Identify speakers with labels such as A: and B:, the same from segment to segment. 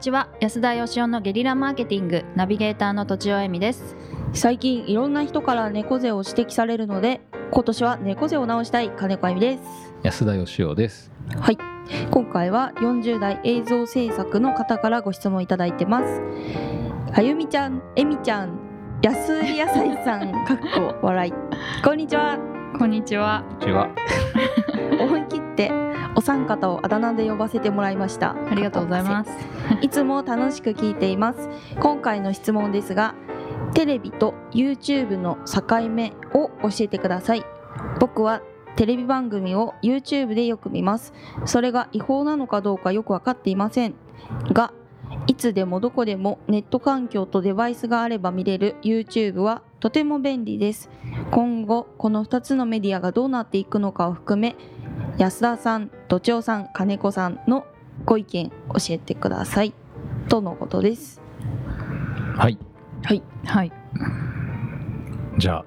A: ちは安田義雄のゲリラマーケティングナビゲーターのとちおえみです
B: 最近いろんな人から猫背を指摘されるので今年は猫背を直したい金子あゆみです
C: 安田義雄です。
B: はい今回は40代映像制作の方からご質問いただいてますあゆみちゃんえみちゃん安売り野菜さんかっこ笑いこんにちは
A: こんにちは
C: こんにちは。
B: 思い切ってお三方をあだ名で呼ばせてもらいました
A: ありがとうございます
B: いつも楽しく聞いています。今回の質問ですが、テレビと YouTube の境目を教えてください。僕はテレビ番組を YouTube でよく見ます。それが違法なのかどうかよくわかっていません。が、いつでもどこでもネット環境とデバイスがあれば見れる YouTube はとても便利です。今後、この2つのメディアがどうなっていくのかを含め、安田さん、土ちおさん、金子さんのご意見教えてくださいとのことです
C: はい。
B: はい
A: はい
C: じゃあ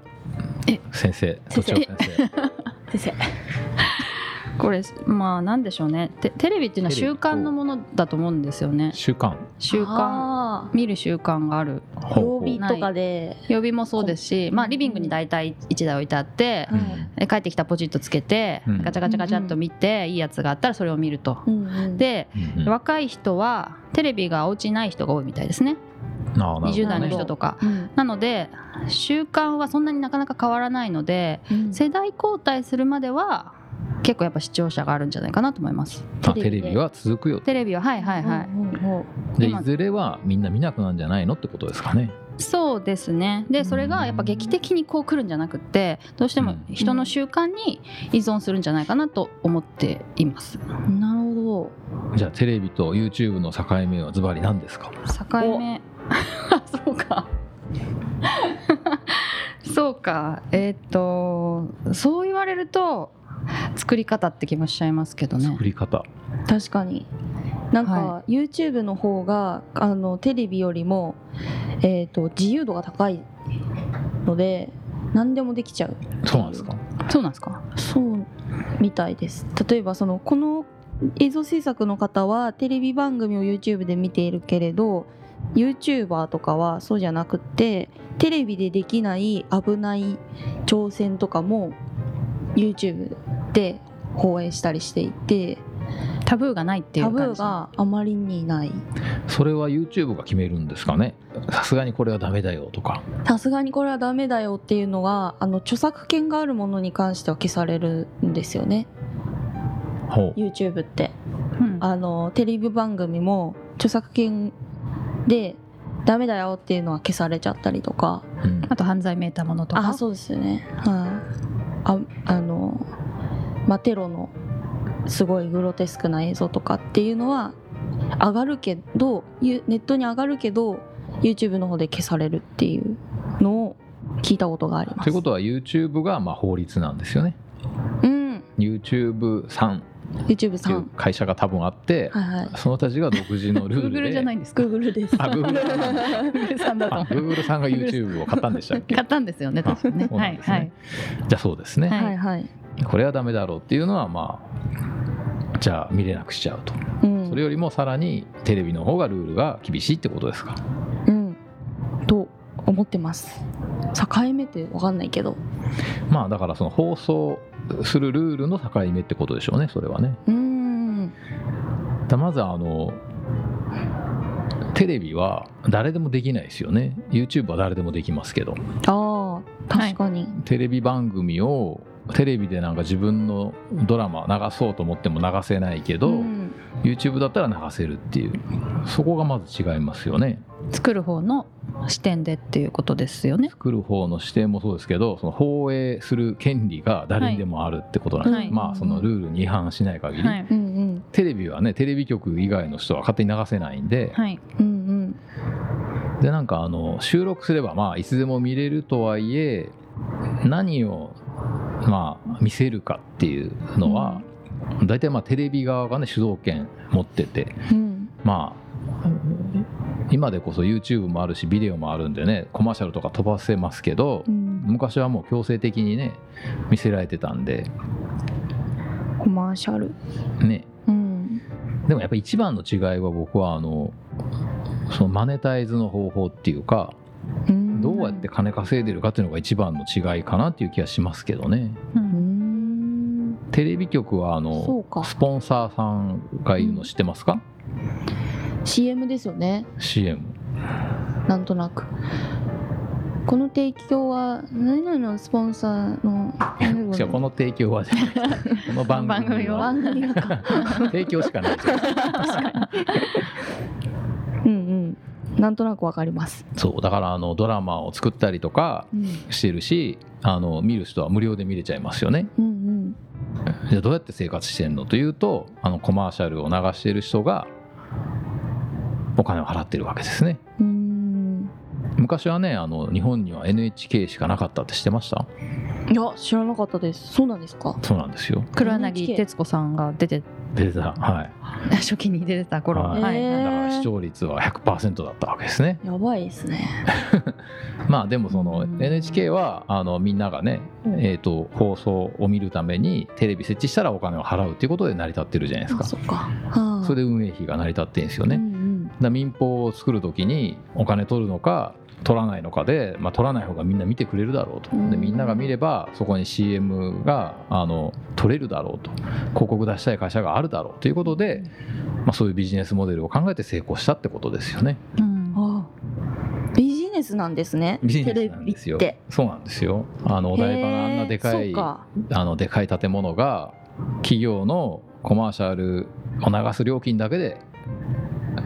A: え
C: 先生、
B: 先生
C: 土地尾先生。
B: 先
A: これまあなんでしょうねテテレビっていうのは
C: テレビ
A: 習慣のものだと思うんですよね
C: 習慣。
A: 習慣見る習慣がある
C: ほうほう
A: 日とか
B: で
A: 曜日もそうですし、まあ、リビングに大体1台置いてあって
C: う
B: うんん
A: で帰ってきたらポチッとつけて
C: うん
A: ガチャガチャガチャっと見ていいやつがあったらそれを見ると。
B: で
A: で
C: うんうんあ
A: 若い人はテレビがお家にない人が多いみたいですね
C: ーなるほど
A: 20代の人とかなので習慣はそんなになかなか変わらないので世代交代するまでは結構やっぱ視聴者があるんじゃないかなと思います
C: あテレビは続くよ。
A: テレビははいはいはい、
C: で
A: 今
C: いずれはみんな見なくなるんじゃないのってことですかね。
A: そうですねでそれがやっぱ劇的にこう来るんじゃなくってどうしても人の習慣に依存するんじゃないかなと思っています
B: なるほ
C: じゃあテレビと YouTube の境目はズバリ何ですか。
A: 境目 そうかそうかえーっ、とそう言われると作り方って気もしちゃいますけどね
C: 作り方。
B: ど確かになんか、
A: は
B: YouTube の方があのテレビよりも、えー、と自由度が高いので何でもできちゃう
C: そうなんですか。
A: そうなんですか
B: そうみたいです例えばそのこの映像制作の方はテレビ番組を YouTube で見ているけれど YouTuber とかはそうじゃなくってテレビでできない危ない挑戦とかも YouTube で放映したりしていて
A: タブーがないってい
B: タ
A: う
B: ブ
A: 感
B: ー
A: じ
B: があまりにない
C: それは YouTube が決めるんですかね。さすがにこれはダメだよとか。
B: さすがにこれはダメだよっていうのがあの著作権があるものに関しては消されるんですよね
C: ほう。
B: YouTube って。
A: うん
B: あのテレビ番組も著作権でダメだよっていうのは消されちゃったりとか
C: うん
A: あと犯罪めいたものとか
B: あそうですよねはいああのまあテロのすごいグロテスクな映像とかっていうのは上がるけどゆネットに上がるけど YouTube の方で消されるっていうのを聞いたことがあります
C: ということは YouTube がまあ法律なんですよね。
B: うん
C: YouTube さん
B: YouTube
C: って
B: さ
C: いうん会社が多分あって、
B: はいはい
C: その人たちが独自のルール
A: Google
C: で
A: じゃないんですか
B: Google です
C: あ Google
A: Google さんだと
C: あ
A: 思う
C: Google さんが YouTube を買ったんでしたっけ
A: 買ったんですよね確かね
C: あそう
A: は
C: なん
A: い
C: です
A: は
C: ね
A: い
C: じゃあそうですね、
A: は
B: はいはい
C: これはダメだろうっていうのはまあじゃあ見れなくしちゃうと、
B: うん
C: それよりもさらにテレビの方がルールが厳しいってことですか
B: うん、と思ってます境目って分かんないけど
C: まあだからその放送するルールの境目ってことでしょうねそれはね
B: うーん
C: だまずあのテレビは誰でもできないですよね YouTube は誰でもできますけど
B: あー確かに、
C: テレビ番組をテレビでなんか自分のドラマ流そうと思っても流せないけど、
B: うん
C: YouTube だったら流せるっていうそこがまず違いますよね
A: 作る方の視点でっていうことですよね
C: 作る方の視点もそうですけどその放映する権利が誰にでもあるってことなんです、
A: はい
C: まあそのルールに違反しない限り、
A: はい
B: うんうん
C: テレビはねテレビ局以外の人は勝手に流せないんで、
A: はい
B: うんうん
C: でなんかあの収録すればまあいつでも見れるとはいえ何をまあ見せるかっていうのは、大体まあテレビ側がね主導権持ってて
B: うん
C: まあ今でこそ YouTube もあるしビデオもあるんでねコマーシャルとか飛ばせますけど
B: うん
C: 昔はもう強制的にね見せられてたんで
B: コマーシャル
C: ね
B: うん
C: でもやっぱ一番の違いは僕はあのそのマネタイズの方法っていうか
B: うん
C: どうやって金稼いでるかっていうのが一番の違いかなっていう気がしますけどね。
B: うん
C: テレビ局はあ
B: そ
C: の
B: うか
C: スポンサーさんがいるの知ってますか、
B: CM ですよね
C: CM
B: なんとなくこの提供は何々のスポンサーの
C: しかもこの提供はじゃなくてこの番
A: 番
C: 組
A: 組
C: は
A: は
B: 番組がか
C: 提供しかない
B: うんうんなんとなくわかります、
C: そうだからあのドラマを作ったりとか
B: うん、
C: してるしあの見る人は無料で見れちゃいますよね
B: うん
C: じゃあどうやって生活してるのというとあのコマーシャルを流してる人がお金を払ってるわけですね
B: うんうん
C: 昔はねあの日本には NHK しかなかったって知ってました
B: いや知らなかったですそうなんですか
C: そうなんですよ
A: 黒柳徹子さんが出て
C: データはい
A: 初期に出てた頃
C: はい
B: へー
C: だから視聴率は100%だったわけですね
B: やばいですね
C: まあでもその
B: うん
C: NHK はあのみんながね、えー、と放送を見るためにテレビ設置したらお金を払うっていうことで成り立ってるじゃないです
B: あ
C: か
B: そっかはあ
C: それで運営費が成り立ってるんですよね、
B: う
C: だか
B: ん
C: ら民放を作る時にお金取るのか取らないのかで、まあ、取らない方がみんな見てくれるだろうと
B: うん
C: でみんなが見ればそこに CM があの取れるだろうと広告出したい会社があるだろうということで、まあ、そういうビジネスモデルを考えて成功したってことですよね。
A: うん
B: うんああビジネスなんですね
C: ビジネスなんですよ
B: テレビって
C: そうなんですよあのお台場のあんなでか
B: へえ
C: い
B: そうか
C: あのでかい建物が企業のコマーシャルを流す料金だけで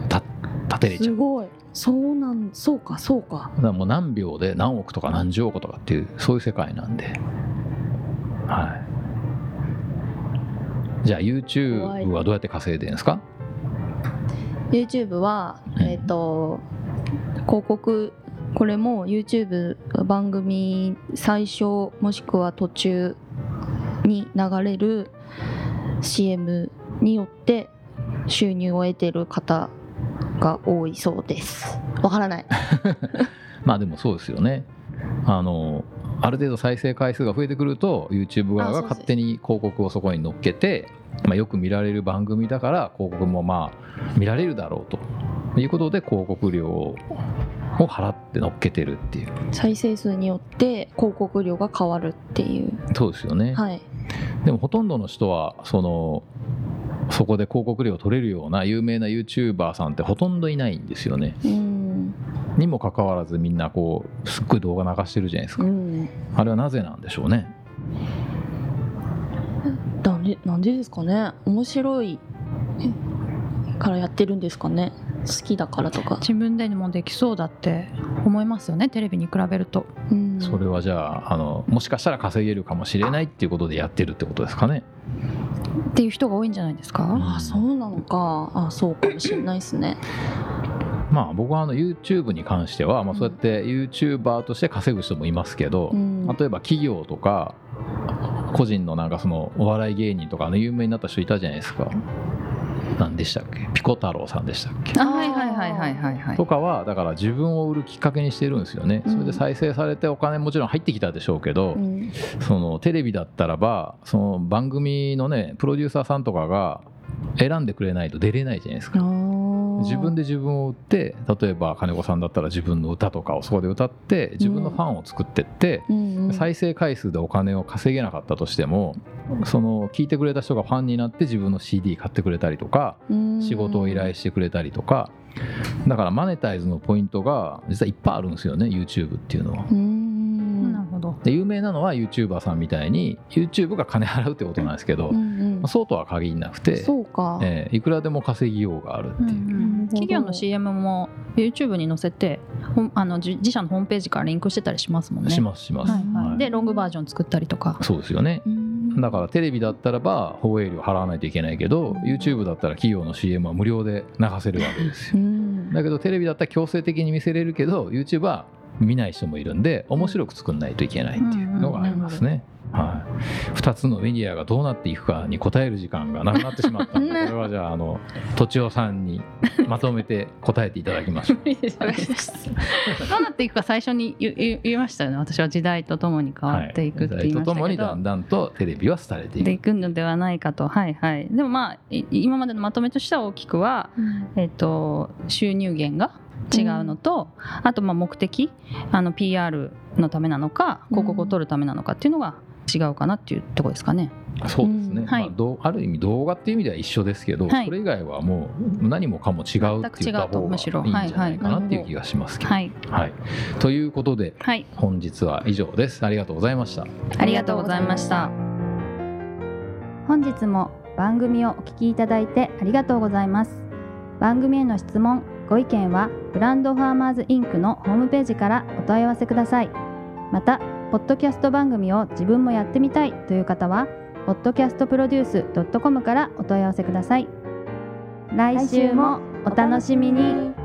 C: た建てれち
B: す
C: ゃう
B: ごいそうなんそうかそうか
C: だからもう何秒で何億とか何十億とかっていうそういう世界なんではいじゃあ YouTube はどうやって稼いでるんですか
B: YouTube は
C: うん
B: えっ、と広告これも YouTube 番組最初もしくは途中に流れる CM によって収入を得てる方が多いそうですわからない
C: まあでもそうですよねあのある程度再生回数が増えてくると YouTube 側が
B: あそうそう
C: 勝手に広告をそこに乗っけて、まあ、よく見られる番組だから広告もまあ見られるだろうということで広告料を払って乗っけてるっていう
B: 再生数によって広告料が変わるっていう
C: そうですよね、
B: はい
C: でもほとんどの人はそのそこで広告料を取れるような有名な YouTuber さんってほとんどいないんですよね
B: うん
C: にもかかわらずみんなこうすっごい動画流してるじゃないです
B: う
C: か
B: ん
C: あれはなぜなんでしょうね
B: なんでなんでですかね面白いからやってるんですかね好きだからとか、
A: 自分でもできそうだって思いますよねテレビに比べると
B: うん
C: それはじゃああのもしかしたら稼げるかもしれないっていうことでやってるってことですかね。
A: っていう人が多いんじゃないですか、
B: あそうなのかあそうかもしれないですね
C: まあ僕はあの YouTube に関しては、まあ、そうやって YouTuber として稼ぐ人もいますけど、
B: うん
C: 例えば企業とか個人のなんかそのお笑い芸人とかあの有名になった人いたじゃないですか。何でしたっけピコ太郎さんでしたっけ
A: あはいはいはいはいはいはい
C: とかはだから自分を売るきっかけにしてるんですよね。それで再生されてお金もちろん入ってきたでしょうけど、
B: うん
C: そのテレビだったらばその番組のねプロデューサーさんとかが選んでくれないと出れないじゃないですか自分
B: で
C: で自分を売って例えば金子さんだったら自分の歌とかをそこで歌って自分のファンを作ってって、再生回数でお金を稼げなかったとしてもその聞いてくれた人がファンになって自分の CD 買ってくれたりとか仕事を依頼してくれたりとかだからマネタイズのポイントが実はいっぱいあるんですよね YouTube っていうのは。
B: うん
A: なるほど
C: で有名なのは YouTuber さんみたいに YouTube が金払うってことなんですけど、
B: う
C: ま
B: んうん
C: あそうとは限らなくて、
B: そうか、
C: ええいくらでも稼ぎようがあるって
A: うん
C: いう、
A: うん
B: なるほど
A: 企業の CM も YouTube に載せてほんあのじ自社のホームページからリンクしてたりしますもんね。
C: しますします、
A: はいはい
C: はい
A: でロングバージョン作ったりとか。
C: そうですよね
B: うん
C: だからテレビだったらば放映料払わないといけないけど YouTube だったら企業の CM は無料で流せるわけです
B: う
C: よ
B: ん
C: だけどテレビだったら強制的に見せれるけど YouTube は見ない人もいるんで面白く作んないといけないっていうのがありますね、は2つのメディアがどうなっていくかに答える時間がなくなってしまったので
B: ね
C: これはじゃああのとちおさんにまとめて答えていただき ましょう。
A: どうなっていくか最初に言言言いましたよね私は時代とともに変わっていくって言い
C: と
A: ました
C: とも
A: け
C: に
A: ど、
C: だんだんとテレビは廃れてい
A: で
C: く
A: いくのではないかとはいはいでもまあい今までのまとめとしては大きくは、えっと収入源が違うのと、あとまあ目的あの PR のためなのか
B: うん
A: 広告を取るためなのかっていうのが違うかなっていうところですかね。
C: そうです
B: う
C: ね、
B: ん
A: はい
C: まあ、どうある意味動画っていう意味では一緒ですけど、
A: はい
C: それ以外はもう何もかも違うって言っ
A: 全
C: た
A: く違うと
C: 方が
A: むしろ
C: いいんじゃないかなっていう気がしますけど。
A: はい、
C: はい、ということで
A: はい、
C: 本日は以上です。ありがとうございました。
A: ありがとうございました。
D: 本日も番組をお聞きいただいてありがとうございます番組への質問ご意見はブランドファーマーズインクのホームページからお問い合わせくださいまたポッドキャスト番組を自分もやってみたいという方は podcastproduce.com からお問い合わせください来週もお楽しみに